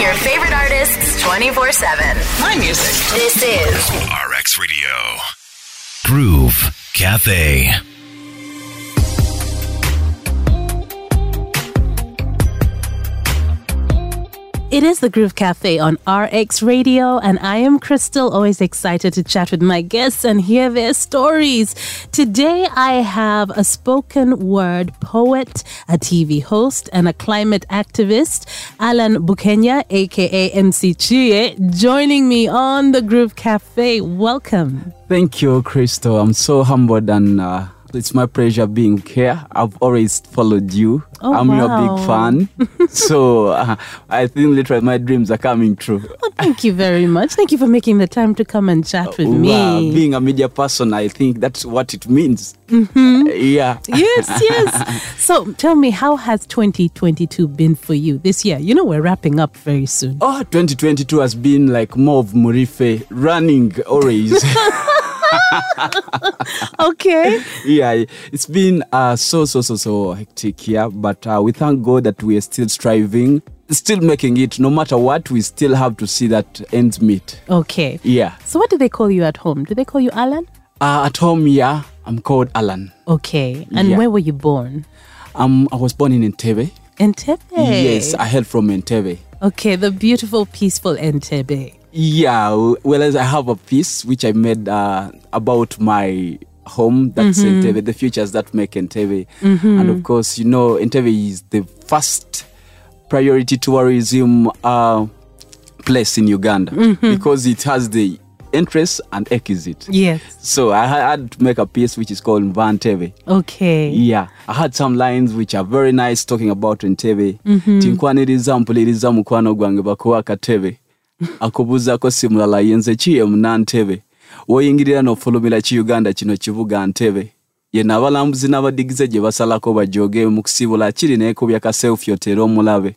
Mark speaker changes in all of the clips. Speaker 1: Your favorite artists 24 7.
Speaker 2: My music.
Speaker 1: This is
Speaker 3: RX Radio. Groove Cafe.
Speaker 4: It is the Groove Cafe on RX Radio, and I am Crystal, always excited to chat with my guests and hear their stories. Today, I have a spoken word poet, a TV host, and a climate activist, Alan Bukenya, aka MC Chie, joining me on the Groove Cafe. Welcome.
Speaker 5: Thank you, Crystal. I'm so humbled and uh, it's my pleasure being here. I've always followed you.
Speaker 4: Oh,
Speaker 5: I'm
Speaker 4: wow.
Speaker 5: your big fan. so uh, I think literally my dreams are coming true.
Speaker 4: Well, thank you very much. Thank you for making the time to come and chat with
Speaker 5: Wow,
Speaker 4: me.
Speaker 5: being a media person, I think that's what it means.
Speaker 4: Mm-hmm.
Speaker 5: Yeah.
Speaker 4: yes, yes. So tell me, how has 2022 been for you this year? You know, we're wrapping up very soon.
Speaker 5: Oh, 2022 has been like more of Murife running always.
Speaker 4: Okay.
Speaker 5: yeah, it's been uh, so, so, so, so hectic here, but uh, we thank God that we are still striving, still making it. No matter what, we still have to see that ends meet.
Speaker 4: Okay.
Speaker 5: Yeah.
Speaker 4: So, what do they call you at home? Do they call you Alan?
Speaker 5: Uh, at home, yeah, I'm called Alan.
Speaker 4: Okay. And
Speaker 5: Yeah.
Speaker 4: where were you born?
Speaker 5: Um, I was born in Entebbe.
Speaker 4: Entebbe.
Speaker 5: Yes, I hail from Entebbe.
Speaker 4: Okay, the beautiful, peaceful Entebbe.
Speaker 5: Yeah, w- well, as I have a piece which I made uh, about my home, that's Entebbe, the futures that make Entebbe. And of course, you know, Entebbe is the first priority tourism uh, place in Uganda because it has the entrance and exit.
Speaker 4: Yes.
Speaker 5: So I ha- had to make a piece which is called Van Tebe.
Speaker 4: Okay.
Speaker 5: Yeah, I had some lines which are very nice talking about Entebbe. Tinkwaniriza mpuliriza mukwano gwange bakuwa akatebe akubuzaako si mulala yenze kiye munnantebe woyingirira n'ofulumira ki uganda kino kibuga ntebe yena abalambuzi n'abadigize gye basalako bajoge mu kusibula kiri neekubya kaseufyot era omulabe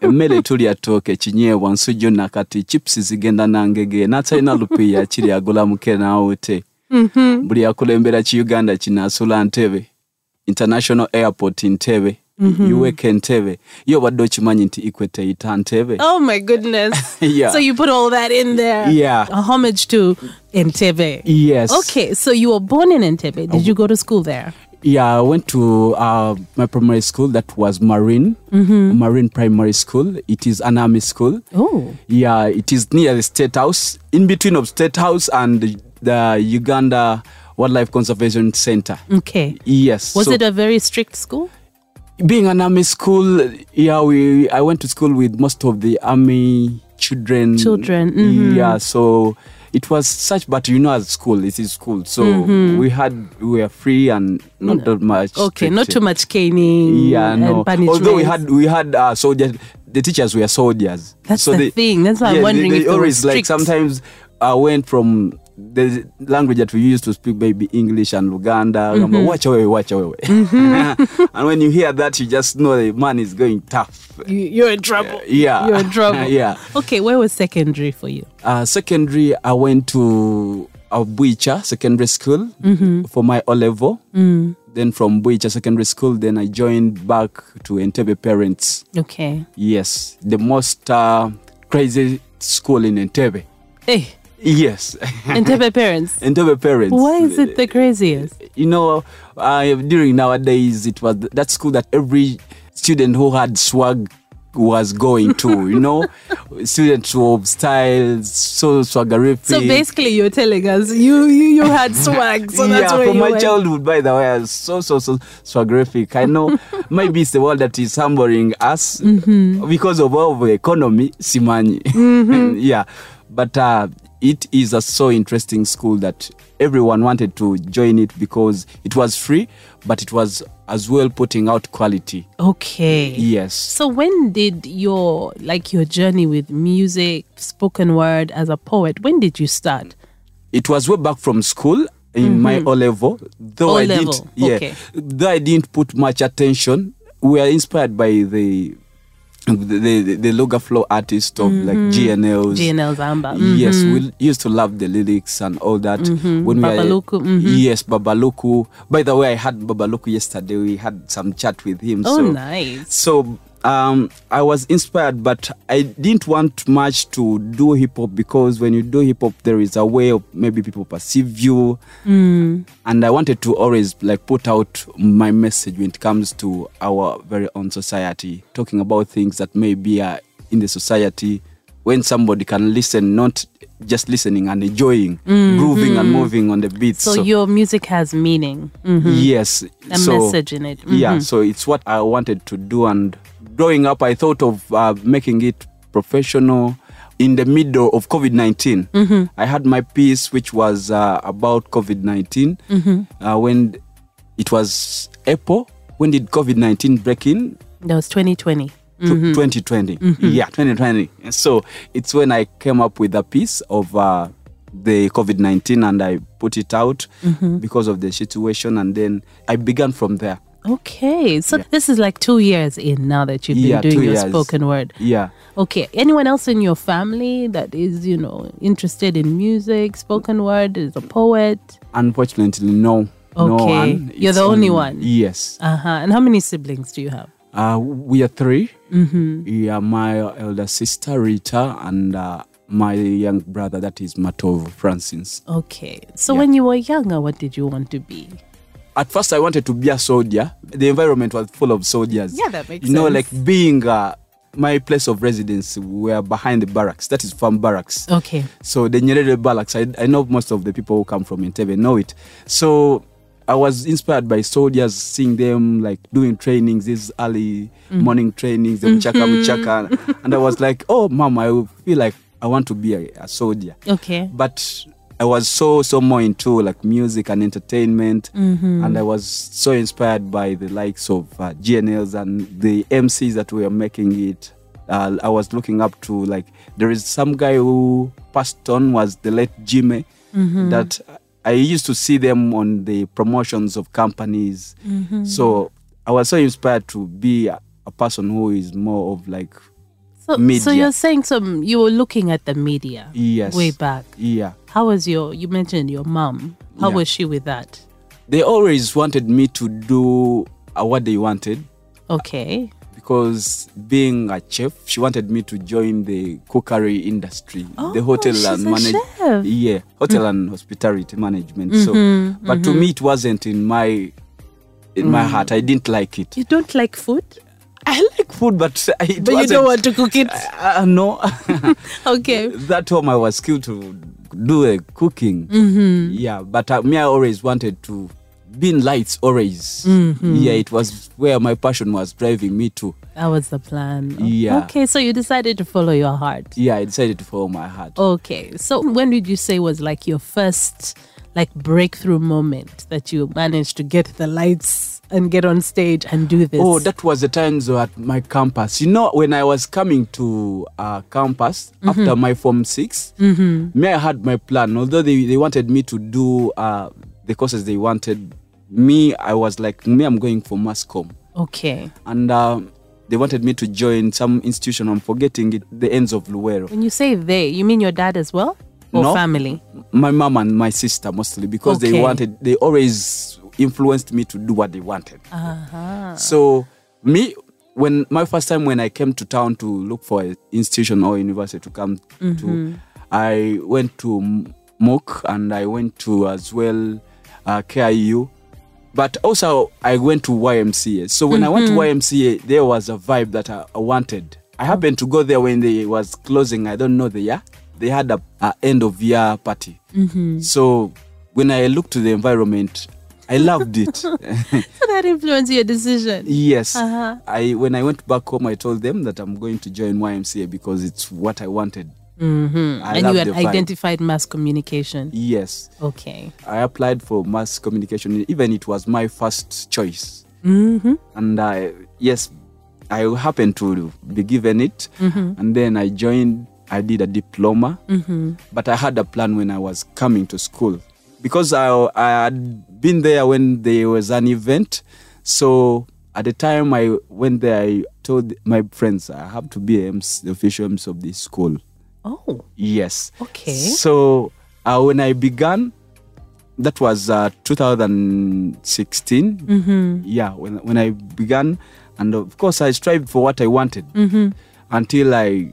Speaker 5: emmere tulya ttooke kinyeebwa nsujju nakati chipusi zigenda nangege n'atalina lupiya kiri agula mukenaawute
Speaker 4: Mhm.
Speaker 5: buli akulembera ki uganda kinaasula ntebe international airport ntebe
Speaker 4: Mhm.
Speaker 5: uweke ntebe yo obadde okimanyi nti ikweteyita ntebe
Speaker 4: Oh my goodness.
Speaker 5: Yeah.
Speaker 4: So you put all that in there.
Speaker 5: Yeah.
Speaker 4: A homage to Entebbe.
Speaker 5: yes Oh.
Speaker 4: Okay, so you were born in Entebbe. Did you go to school there?
Speaker 5: Yeah, I went to uh, my primary school that was Marine,
Speaker 4: Mhm.
Speaker 5: Marine Primary School. It is an army school.
Speaker 4: Oh.
Speaker 5: Yeah, it is near the State House, in between of State House and the, the Uganda Wildlife Conservation Center.
Speaker 4: Okay.
Speaker 5: Yes.
Speaker 4: Was
Speaker 5: so
Speaker 4: it a very strict school?
Speaker 5: being an army school? Yeah, we I went to school with most of the army children.
Speaker 4: Children, mm-hmm.
Speaker 5: Yeah, so it was such, but you know, as school, it is school, so we had we were free and not that much.
Speaker 4: Mm-hmm. Okay, not
Speaker 5: strict.
Speaker 4: too much caning. Mm,
Speaker 5: yeah
Speaker 4: and
Speaker 5: no
Speaker 4: punishment.
Speaker 5: although we had we had uh, soldiers the teachers were soldiers
Speaker 4: That's the thing. That's why I'm
Speaker 5: they-
Speaker 4: wondering
Speaker 5: they,
Speaker 4: if they were
Speaker 5: always like
Speaker 4: strict.
Speaker 5: sometimes i went from the language that we used to speak maybe english and luganda
Speaker 4: Mm-hmm.
Speaker 5: mm watch away watch away and when you hear that you just know the man is going tough
Speaker 4: You- you're in trouble.
Speaker 5: yeah
Speaker 4: You're in trouble.
Speaker 5: yeah
Speaker 4: Okay, where was secondary for you?
Speaker 5: uh, secondary, I went to Abuicha Secondary School
Speaker 4: Mm-hmm.
Speaker 5: for my O level.
Speaker 4: Mm.
Speaker 5: Then from Buicha Secondary School, then I joined back to Entebbe Parents.
Speaker 4: Okay.
Speaker 5: Yes, the most uh, crazy school in Entebbe.
Speaker 4: Hey,
Speaker 5: Yes,
Speaker 4: Entebbe parents.
Speaker 5: Entebbe Parents.
Speaker 4: Why is it the craziest?
Speaker 5: You know, uh, during nowadays, it was that school that every student who had swag was going to. You know, students of style, so swaggerific.
Speaker 4: So basically, you're telling us you you, you had swag, so that's
Speaker 5: yeah,
Speaker 4: where
Speaker 5: for
Speaker 4: you
Speaker 5: my
Speaker 4: went.
Speaker 5: childhood, by the way, I was so so so so graphic. I know maybe it's the world that is humbling us
Speaker 4: Mm-hmm.
Speaker 5: because of all the economy, Simani. yeah, but uh, it is a so interesting school that everyone wanted to join it because it was free, but it was as well putting out quality.
Speaker 4: Okay.
Speaker 5: Yes.
Speaker 4: So when did your like your journey with music, spoken word as a poet? When did you start?
Speaker 5: it was way back from school in my O level. Though
Speaker 4: O
Speaker 5: I
Speaker 4: level,
Speaker 5: didn't yeah.
Speaker 4: Mm-hmm. okay.
Speaker 5: Though I didn't put much attention. We are inspired by the the, the, the logo flow artist of like
Speaker 4: Mm-hmm.
Speaker 5: GNLs.
Speaker 4: GNL Zamba. Mm.
Speaker 5: Yes,
Speaker 4: Mm-hmm.
Speaker 5: we used to love the lyrics and all that. When we
Speaker 4: Babaluku, mm-hmm.
Speaker 5: Are, Yes, Babaluku. By the way, I had Babaluku yesterday. We had some chat with him.
Speaker 4: Oh,
Speaker 5: so,
Speaker 4: nice.
Speaker 5: So um, I was inspired, but I didn't want much to do hip hop because when you do hip hop, there is a way of maybe people perceive you, and I wanted to always like put out my message when it comes to our very own society, talking about things that maybe are in the society when somebody can listen, not just listening and enjoying, grooving and moving on the beat.
Speaker 4: So, your music has meaning. Mm.
Speaker 5: yes,
Speaker 4: A message in it. Mm-hmm.
Speaker 5: yeah so it's what i wanted to do and growing up i thought of uh, making it professional in the middle of covid-19
Speaker 4: Mm-hmm.
Speaker 5: i had my piece which was uh, about covid-19
Speaker 4: Mm-hmm.
Speaker 5: uh, when it was april when did covid-19 break in
Speaker 4: That was 2020.
Speaker 5: Tw-
Speaker 4: Mm-hmm.
Speaker 5: 2020 yeah 2020 And so it's when i came up with a piece of uh, the covid-19 and i put it out
Speaker 4: Mm-hmm.
Speaker 5: because of the situation and then i began from there
Speaker 4: Okay, so this is like two years in now that you've been
Speaker 5: Yeah,
Speaker 4: doing
Speaker 5: two
Speaker 4: your
Speaker 5: years.
Speaker 4: spoken word.
Speaker 5: yeah
Speaker 4: Okay, anyone else in your family that is, you know, interested in music, spoken word, is a poet?
Speaker 5: Unfortunately, no. No
Speaker 4: Okay.
Speaker 5: one.
Speaker 4: You're
Speaker 5: It's
Speaker 4: the only one?
Speaker 5: Yes.
Speaker 4: Uh huh. And how many siblings do you have?
Speaker 5: Uh, we are 3 Mm-hmm. Yeah, my elder sister Rita and uh, my young brother, that is Matovo Francis.
Speaker 4: Okay, so when you were younger, what did you want to be?
Speaker 5: At first, I wanted to be a soldier. The environment was full of soldiers.
Speaker 4: Yeah, that makes
Speaker 5: You know,
Speaker 4: sense.
Speaker 5: like being uh, my place of residence, we are behind the barracks. That is farm barracks.
Speaker 4: Okay,
Speaker 5: So the Nyerere barracks, I, I know most of the people who come from Entebbe know it. So I was inspired by soldiers, seeing them like doing trainings, these early
Speaker 4: Mm.
Speaker 5: morning trainings, the mchaka
Speaker 4: Mm-hmm.
Speaker 5: mchaka. And I was like, oh, mom, I feel like I want to be a, a soldier.
Speaker 4: okay.
Speaker 5: But I was so, so more into like music and entertainment. And I was so inspired by the likes of uh, GNLs and the MCs that were making it. Uh, I was looking up to like, there is some guy who passed on was the late Jimmy that I used to see them on the promotions of companies. So I was so inspired to be a, a person who is more of like,
Speaker 4: So, so
Speaker 5: media.
Speaker 4: you're saying some, you were looking at the media
Speaker 5: Yes.
Speaker 4: way back.
Speaker 5: yeah.
Speaker 4: How was your, you mentioned your mom. How
Speaker 5: Yeah.
Speaker 4: was she with that?
Speaker 5: they always wanted me to do uh, what they wanted
Speaker 4: Okay.
Speaker 5: because being a chef, she wanted me to join the cookery industry, the hotel
Speaker 4: Oh, she's
Speaker 5: and
Speaker 4: a chef. Mm. Mm-hmm,
Speaker 5: management. Yeah, hotel and hospitality management. so, but to me, it wasn't in my in my heart. I didn't like it.
Speaker 4: Mm. You don't like food,
Speaker 5: I like food, but it
Speaker 4: but you
Speaker 5: wasn't.
Speaker 4: don't want to cook it.
Speaker 5: uh, no.
Speaker 4: Okay.
Speaker 5: that home I was skilled to do a cooking.
Speaker 4: Mm-hmm.
Speaker 5: Yeah, but uh, me, I always wanted to be in lights, always.
Speaker 4: Mm-hmm.
Speaker 5: Yeah, it was where my passion was driving me to.
Speaker 4: That was the plan.
Speaker 5: Yeah.
Speaker 4: Okay, so you decided to follow your heart.
Speaker 5: Yeah, I decided to follow my heart.
Speaker 4: Okay, so when did you say was like your first like breakthrough moment that you managed to get the lights and get on stage and do this?
Speaker 5: Oh, that was the times at my campus. You know, when I was coming to uh, campus after my form 6 me I had my plan. Although they, they wanted me to do uh, the courses they wanted, me I was like, me I'm going for mass comm.
Speaker 4: okay.
Speaker 5: and um, they wanted me to join some institution. I'm forgetting it, the ends of Luero.
Speaker 4: When you say they, you mean your dad as well or
Speaker 5: No.
Speaker 4: family?
Speaker 5: My mom and my sister mostly because
Speaker 4: Okay.
Speaker 5: they wanted, they always influenced me to do what they wanted. Uh-huh. So me, when my first time when I came to town to look for an institution or university to come to, I went to M- MOOC and I went to as well uh, KIU. But also, I went to YMCA. So when I went
Speaker 4: Mm-hmm.
Speaker 5: to YMCA, there was a vibe that I, I wanted. I happened to go there when they was closing. I don't know the year. They had a, a end of year party.
Speaker 4: Mm-hmm.
Speaker 5: So when I looked to the environment, I loved it.
Speaker 4: So that influenced your decision.
Speaker 5: yes.
Speaker 4: Uh-huh.
Speaker 5: I when I went back home, I told them that I'm going to join YMCA because it's what I wanted. Mm-hmm. I
Speaker 4: and you
Speaker 5: loved
Speaker 4: had
Speaker 5: the vibe.
Speaker 4: identified mass communication.
Speaker 5: Yes.
Speaker 4: Okay.
Speaker 5: I applied for mass communication. Even it was my first choice. Mm-hmm. And I, yes, I happened to be given it. And then I joined, I did a diploma. Mm-hmm. But I had a plan when I was coming to school. Because I, I had been there when there was an event. So at the time I went there, I told my friends, I have to be a MC, the official MC of this school.
Speaker 4: Oh,
Speaker 5: Yes.
Speaker 4: Okay.
Speaker 5: So uh, when I began, that was uh, 2016. Yeah, when when I began, and of course i strived for what i wanted until i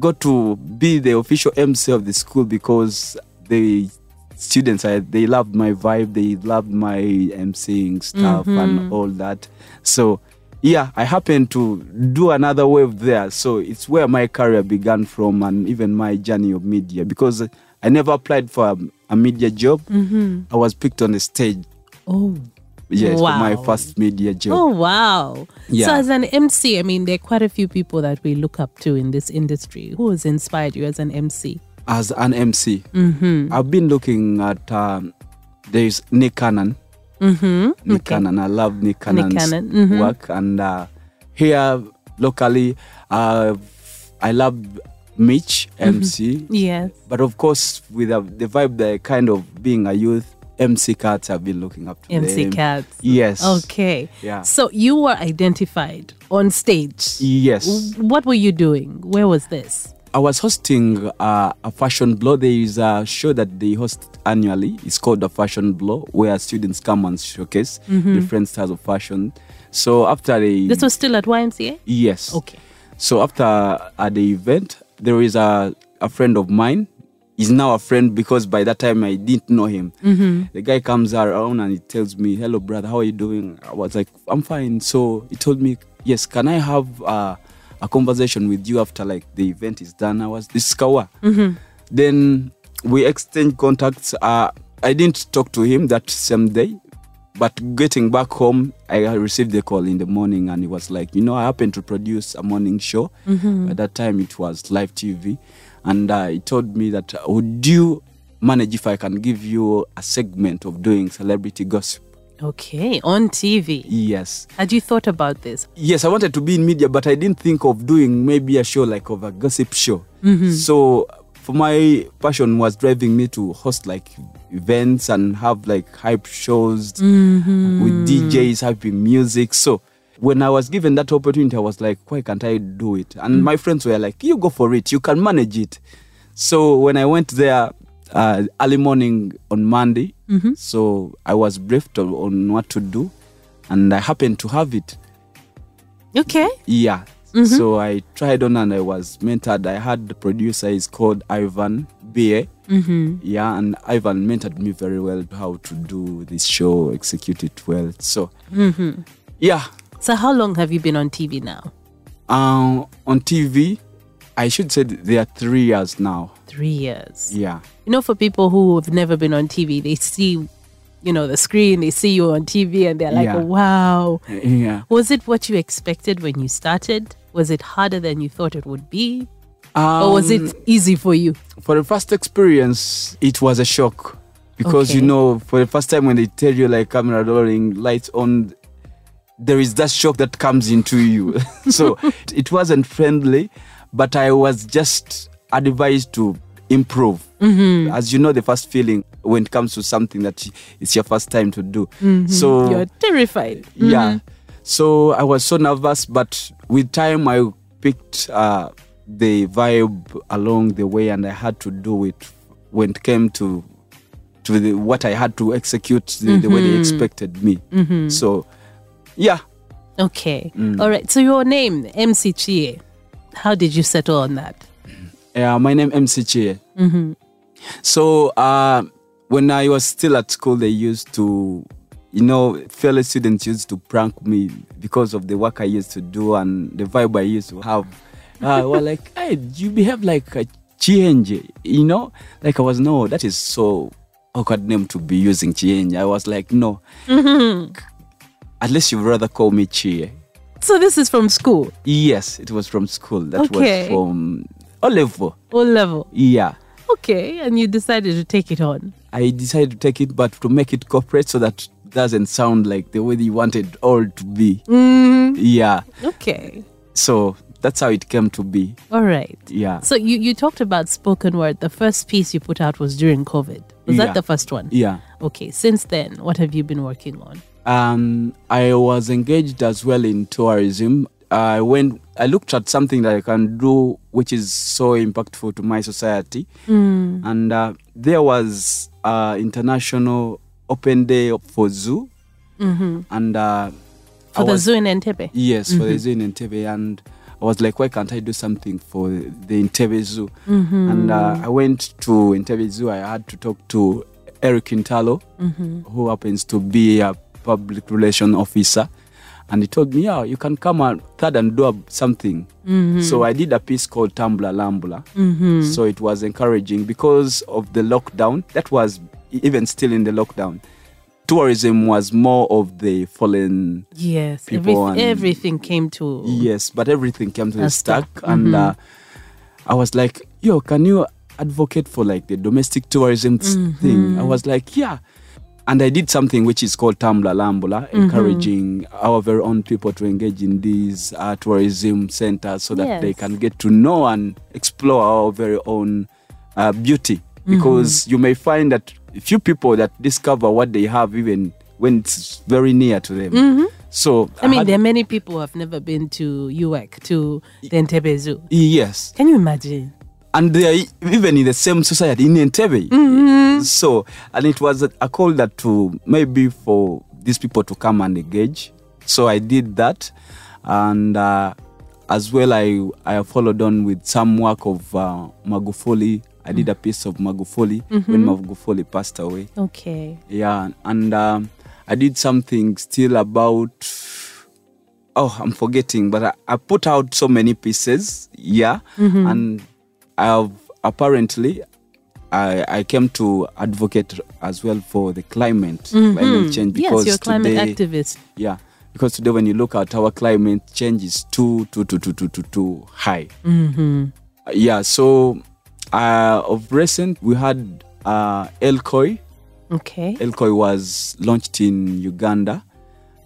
Speaker 5: got to be the official mc of the school because the students I, they loved my vibe they loved my mcing stuff
Speaker 4: Mm-hmm.
Speaker 5: and all that so yeah i happened to do another wave there so it's where my career began from and even my journey of media because i never applied for a, a media job
Speaker 4: Mm-hmm.
Speaker 5: i was picked on the stage
Speaker 4: Oh.
Speaker 5: yes for my
Speaker 4: Wow.
Speaker 5: first media job
Speaker 4: Oh wow. So
Speaker 5: Yeah.
Speaker 4: as an MC, I mean there are quite a few people that we look up to in this industry. Who has inspired you as an MC?
Speaker 5: as an MC. I've been looking at um, there's Nick Cannon. Mm-hmm. Nick Cannon. I love Nick Cannon's
Speaker 4: Cannon, mhm.
Speaker 5: work, and uh, here locally, uh, I love Mitch MC.
Speaker 4: Yes.
Speaker 5: But of course, with uh, the vibe, the kind of being a youth, MC Cats I've been looking up to.
Speaker 4: MC
Speaker 5: them.
Speaker 4: Cats.
Speaker 5: Yes.
Speaker 4: Okay.
Speaker 5: Yeah.
Speaker 4: So you were identified on stage.
Speaker 5: Yes.
Speaker 4: What were you doing? Where was this?
Speaker 5: I was hosting uh, a fashion blow. There is a show that they host annually. It's called the Fashion Blow, where students come and showcase different styles of fashion. So after the
Speaker 4: This was still at YMCA?
Speaker 5: yes,
Speaker 4: Okay.
Speaker 5: So after at the event, there is a a friend of mine. He's now a friend because by that time I didn't know him. The guy comes around and he tells me, "Hello, brother. How are you doing?" I was like, "I'm fine." So he told me, "Yes, can I have uh, a conversation with you after like the event is done?" I was this is Kawa. Then we exchanged contacts. Uh, I didn't talk to him that same day but getting back home, I received a call in the morning and it was like, you know, I happened to produce a morning show. At that time, it was live TV. And uh, he told me that, uh, would you manage if I can give you a segment of doing celebrity gossip?
Speaker 4: Okay. On TV.
Speaker 5: Yes.
Speaker 4: Had you thought about this?
Speaker 5: Yes, I wanted to be in media, but I didn't think of doing maybe a show like of a gossip show. So for my passion was driving me to host like events and have like hype shows with DJs, happy music. So when I was given that opportunity, I was like, why can't I do it? And my friends were like, you go for it, you can manage it. So when I went there uh, early morning on Monday, so I was briefed on, on what to do, and I happened to have it.
Speaker 4: Okay.
Speaker 5: Yeah.
Speaker 4: Mm-hmm.
Speaker 5: So I tried on and I was mentored. I had the producer is called Ivan Ba. Mm-hmm. Yeah, and Ivan mentored me very well how to do this show, execute it well. So,
Speaker 4: Mm-hmm.
Speaker 5: yeah,
Speaker 4: So how long have you been on TV now?
Speaker 5: um, on TV, I should say th- there are three years now.
Speaker 4: Three years.
Speaker 5: Yeah,
Speaker 4: You know, for people who have never been on TV, they see, you know, the screen, they see you on TV and they're like,
Speaker 5: Yeah.
Speaker 4: wow.
Speaker 5: yeah.
Speaker 4: Was it what you expected when you started? Was it harder than you thought it would be?
Speaker 5: Um,
Speaker 4: Or Oh, was it easy for you?
Speaker 5: for the first experience, it was a shock because you
Speaker 4: Okay.
Speaker 5: know, for the first time when they tell you like camera rolling, lights on, there is that shock that comes into you. so it wasn't friendly, but I was just advised to improve.
Speaker 4: Mm-hmm.
Speaker 5: As you know, the first feeling when it comes to something that it's your first time to do. So
Speaker 4: Mm-hmm. You're terrified.
Speaker 5: yeah so i was so nervous but with time i picked uh, the vibe along the way and i had to do it when it came to to the, what i had to execute the, the way they expected me so yeah
Speaker 4: Okay.
Speaker 5: Mm.
Speaker 4: All right. So your name, MC Chie. How did you settle on that?
Speaker 5: Yeah, my name MC Chie. So uh, when I was still at school, they used to, you know, fellow students used to prank me because of the work I used to do and the vibe I used to have. Uh, were like, hey, you behave like a Chienje, you know? Like I was, no, that is so awkward name to be using Chienje. I was like, no, at least you'd rather call me Chie.
Speaker 4: So this is from school,
Speaker 5: Yes, it was from school. That
Speaker 4: Okay.
Speaker 5: was from Olivo.
Speaker 4: all level.
Speaker 5: Yeah.
Speaker 4: Okay. And you decided to take it on.
Speaker 5: I decided to take it, but to make it corporate so that it doesn't sound like the way you wanted all to be.
Speaker 4: Mm-hmm.
Speaker 5: Yeah.
Speaker 4: Okay.
Speaker 5: So that's how it came to be.
Speaker 4: All right.
Speaker 5: Yeah.
Speaker 4: So you, you talked about spoken word. The first piece you put out was during COVID. Was
Speaker 5: Yeah.
Speaker 4: that the first one?
Speaker 5: Yeah.
Speaker 4: Okay. Since then, what have you been working on?
Speaker 5: Um, I was engaged as well in tourism. I went. I looked at something that I can do, which is so impactful to my society.
Speaker 4: Mm.
Speaker 5: And uh, there was uh, international open day for zoo, and uh,
Speaker 4: Mm-hmm. for the
Speaker 5: was-
Speaker 4: zoo in Entebbe.
Speaker 5: Yes, for the zoo in Entebbe. And I was like, why can't I do something for the Entebbe Zoo? And uh, I went to Entebbe Zoo. I had to talk to Eric Quintalo, who happens to be a public relation officer. And he told me, yeah, you can come and third and do a- something. So I did a piece called Tumbler Lambler. So it was encouraging because of the lockdown. That was e-, even still in the lockdown. Tourism was more of the fallen
Speaker 4: Yes,
Speaker 5: People
Speaker 4: everyth-
Speaker 5: and-
Speaker 4: everything came to
Speaker 5: Yes, but everything came to
Speaker 4: A
Speaker 5: a
Speaker 4: stack.
Speaker 5: stack, and
Speaker 4: Mm-hmm.
Speaker 5: uh, I was like, "Yo, can you advocate for like the domestic tourism s-
Speaker 4: Mm-hmm.
Speaker 5: thing?" I was like, "Yeah," and I did something which is called Tambla Lambula,
Speaker 4: Mm-hmm.
Speaker 5: encouraging our very own people to engage in these uh, tourism centers so that they
Speaker 4: Yes.
Speaker 5: can get to know and explore our very own uh, beauty.
Speaker 4: Mm-hmm.
Speaker 5: Because you may find that few people that discover what they have even when it's very near to them. So
Speaker 4: Mm-hmm. I mean,
Speaker 5: had-
Speaker 4: there are many people who have never been to UWEC, to the Entebbe Zoo.
Speaker 5: yes.
Speaker 4: Can you imagine?
Speaker 5: and they are e- even in the same society in Entebbe. So, and it was a a call that to maybe for these people to come and engage. So I did that, and uh, as well, I I followed on with some work of uh, Magufuli. I did a piece of Magufuli when Magufuli passed away.
Speaker 4: Okay.
Speaker 5: Yeah, and um, I did something still about. Oh, I'm forgetting, but I, I put out so many pieces. Yeah,
Speaker 4: Mm-hmm.
Speaker 5: and I've apparently I I came to advocate as well for the climate climate change
Speaker 4: Mm-hmm. Yes,
Speaker 5: because
Speaker 4: you're a climate
Speaker 5: today,
Speaker 4: activist.
Speaker 5: yeah. Because today, when you look at our climate change, is too, too, too, too, too, too, too high. Mm-hmm. Yeah. So, uh, of recent, we had uh, Elkoi,
Speaker 4: Okay.
Speaker 5: Elkoi was launched in Uganda,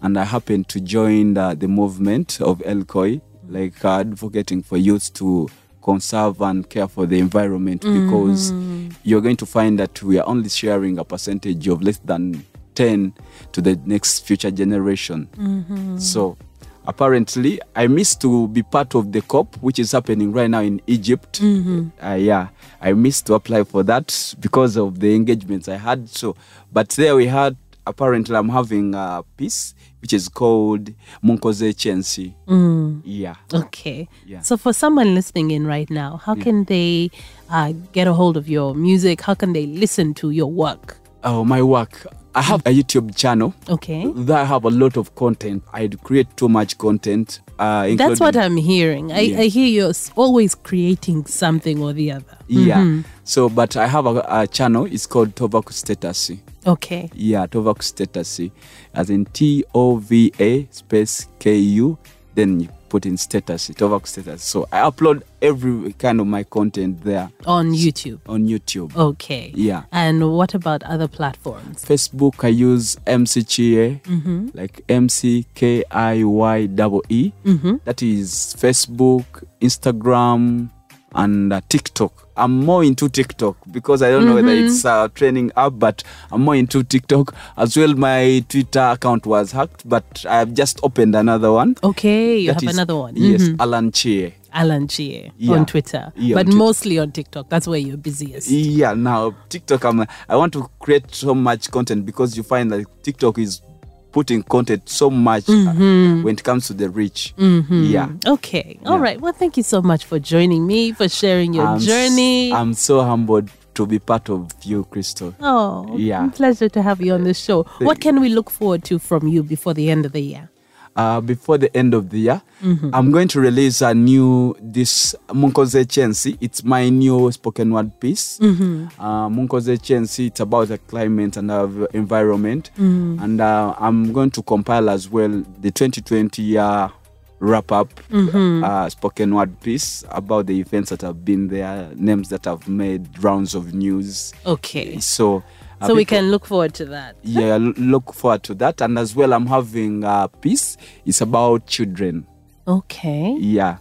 Speaker 5: and I happened to join the, the movement of Elkoi, like uh, advocating for youth to conserve and care for the environment because you're going to find that we are only sharing a percentage of less than 10 to the next future generation. So apparently, I missed to be part of the COP, which is happening right now in Egypt.
Speaker 4: Mm-hmm.
Speaker 5: Uh, yeah, I missed to apply for that because of the engagements I had. So, but there we had. Apparently, I'm having a piece which is called Munkoze Chensi.
Speaker 4: Mm.
Speaker 5: Yeah.
Speaker 4: Okay.
Speaker 5: Yeah.
Speaker 4: So, for someone listening in right now, how can they uh, get a hold of your music? How can they listen to your work?
Speaker 5: Oh, my work. I have a YouTube channel
Speaker 4: Okay.
Speaker 5: that I have a lot of content. I create too much content. Uh,
Speaker 4: That's what
Speaker 5: including-
Speaker 4: I'm hearing. I,
Speaker 5: Yeah.
Speaker 4: I hear you're s- always creating something or the other.
Speaker 5: Yeah.
Speaker 4: Mm-hmm.
Speaker 5: So, but I have a, a channel. It's called Tovaku Status.
Speaker 4: Okay.
Speaker 5: Yeah, Tovaku Status. As in T O V A space K U. Then you put in status, Tovaku Status. So I upload every kind of my content there
Speaker 4: On YouTube.
Speaker 5: on YouTube.
Speaker 4: Okay.
Speaker 5: Yeah.
Speaker 4: And what about other platforms?
Speaker 5: Facebook, I use MCKIE,
Speaker 4: Mm-hmm.
Speaker 5: like M C K I Y double E.
Speaker 4: Mm-hmm.
Speaker 5: That is Facebook, Instagram, and uh, TikTok. I'm more into TikTok because I don't know whether
Speaker 4: Mm-hmm.
Speaker 5: it's a training app, but I'm more into TikTok as well. My Twitter account was hacked, but I've just opened another one.
Speaker 4: Okay, Oh, you
Speaker 5: That
Speaker 4: have
Speaker 5: is-
Speaker 4: another one. Mm-hmm.
Speaker 5: Yes, Alan Chie.
Speaker 4: Alan Chie
Speaker 5: Yeah.
Speaker 4: on Twitter,
Speaker 5: Yeah, on
Speaker 4: but
Speaker 5: Twitter.
Speaker 4: mostly on TikTok. That's where you're busiest.
Speaker 5: Yeah, now TikTok, I'm, I want to create so much content because you find that TikTok is putting content so much uh,
Speaker 4: Mm-hmm.
Speaker 5: when it comes to the reach. Yeah.
Speaker 4: Okay. All right.
Speaker 5: Yeah.
Speaker 4: Well, thank you so much for joining me, for sharing your
Speaker 5: I'm s-
Speaker 4: journey.
Speaker 5: I'm so humbled to be part of you, Crystal.
Speaker 4: oh,
Speaker 5: Yeah.
Speaker 4: pleasure to have you on the show. What can we look forward to from you before the end of the year?
Speaker 5: uh, before the end of the year.
Speaker 4: Mm-hmm.
Speaker 5: I'm going to release a new this Munkoze Chensi. It's my new spoken word piece.
Speaker 4: Mm-hmm.
Speaker 5: Uh, Munkoze Chensi. It's about the climate and our environment,
Speaker 4: Mm-hmm.
Speaker 5: and uh, I'm going to compile as well the 2020 year wrap up
Speaker 4: Mm-hmm.
Speaker 5: uh, spoken word piece about the events that have been there, names that have made rounds of news.
Speaker 4: Okay.
Speaker 5: So. uh,
Speaker 4: So we
Speaker 5: people-
Speaker 4: can look forward to that.
Speaker 5: yeah l- look forward to that and as well i'm having a piece it's about children
Speaker 4: Okay.
Speaker 5: yeah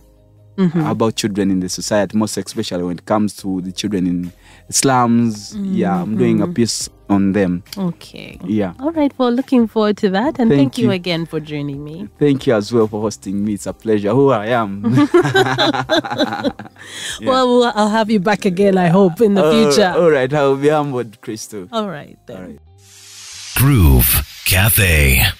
Speaker 4: Mm-hmm.
Speaker 5: about children in the society most especially when it comes to the children in slums yeah i'm doing
Speaker 4: Mm-hmm.
Speaker 5: a piece on them
Speaker 4: Okay.
Speaker 5: yeah
Speaker 4: All right. Well, looking forward to that. And thank,
Speaker 5: Thank
Speaker 4: you
Speaker 5: you.
Speaker 4: again for joining me.
Speaker 5: thank you as well for hosting me it's a pleasure who i am
Speaker 4: Well, we'll- I'll have you back again, I hope, in the future.
Speaker 5: all right i'll be humbled crystal
Speaker 4: All right. Then.
Speaker 5: right.
Speaker 3: Groove Cafe.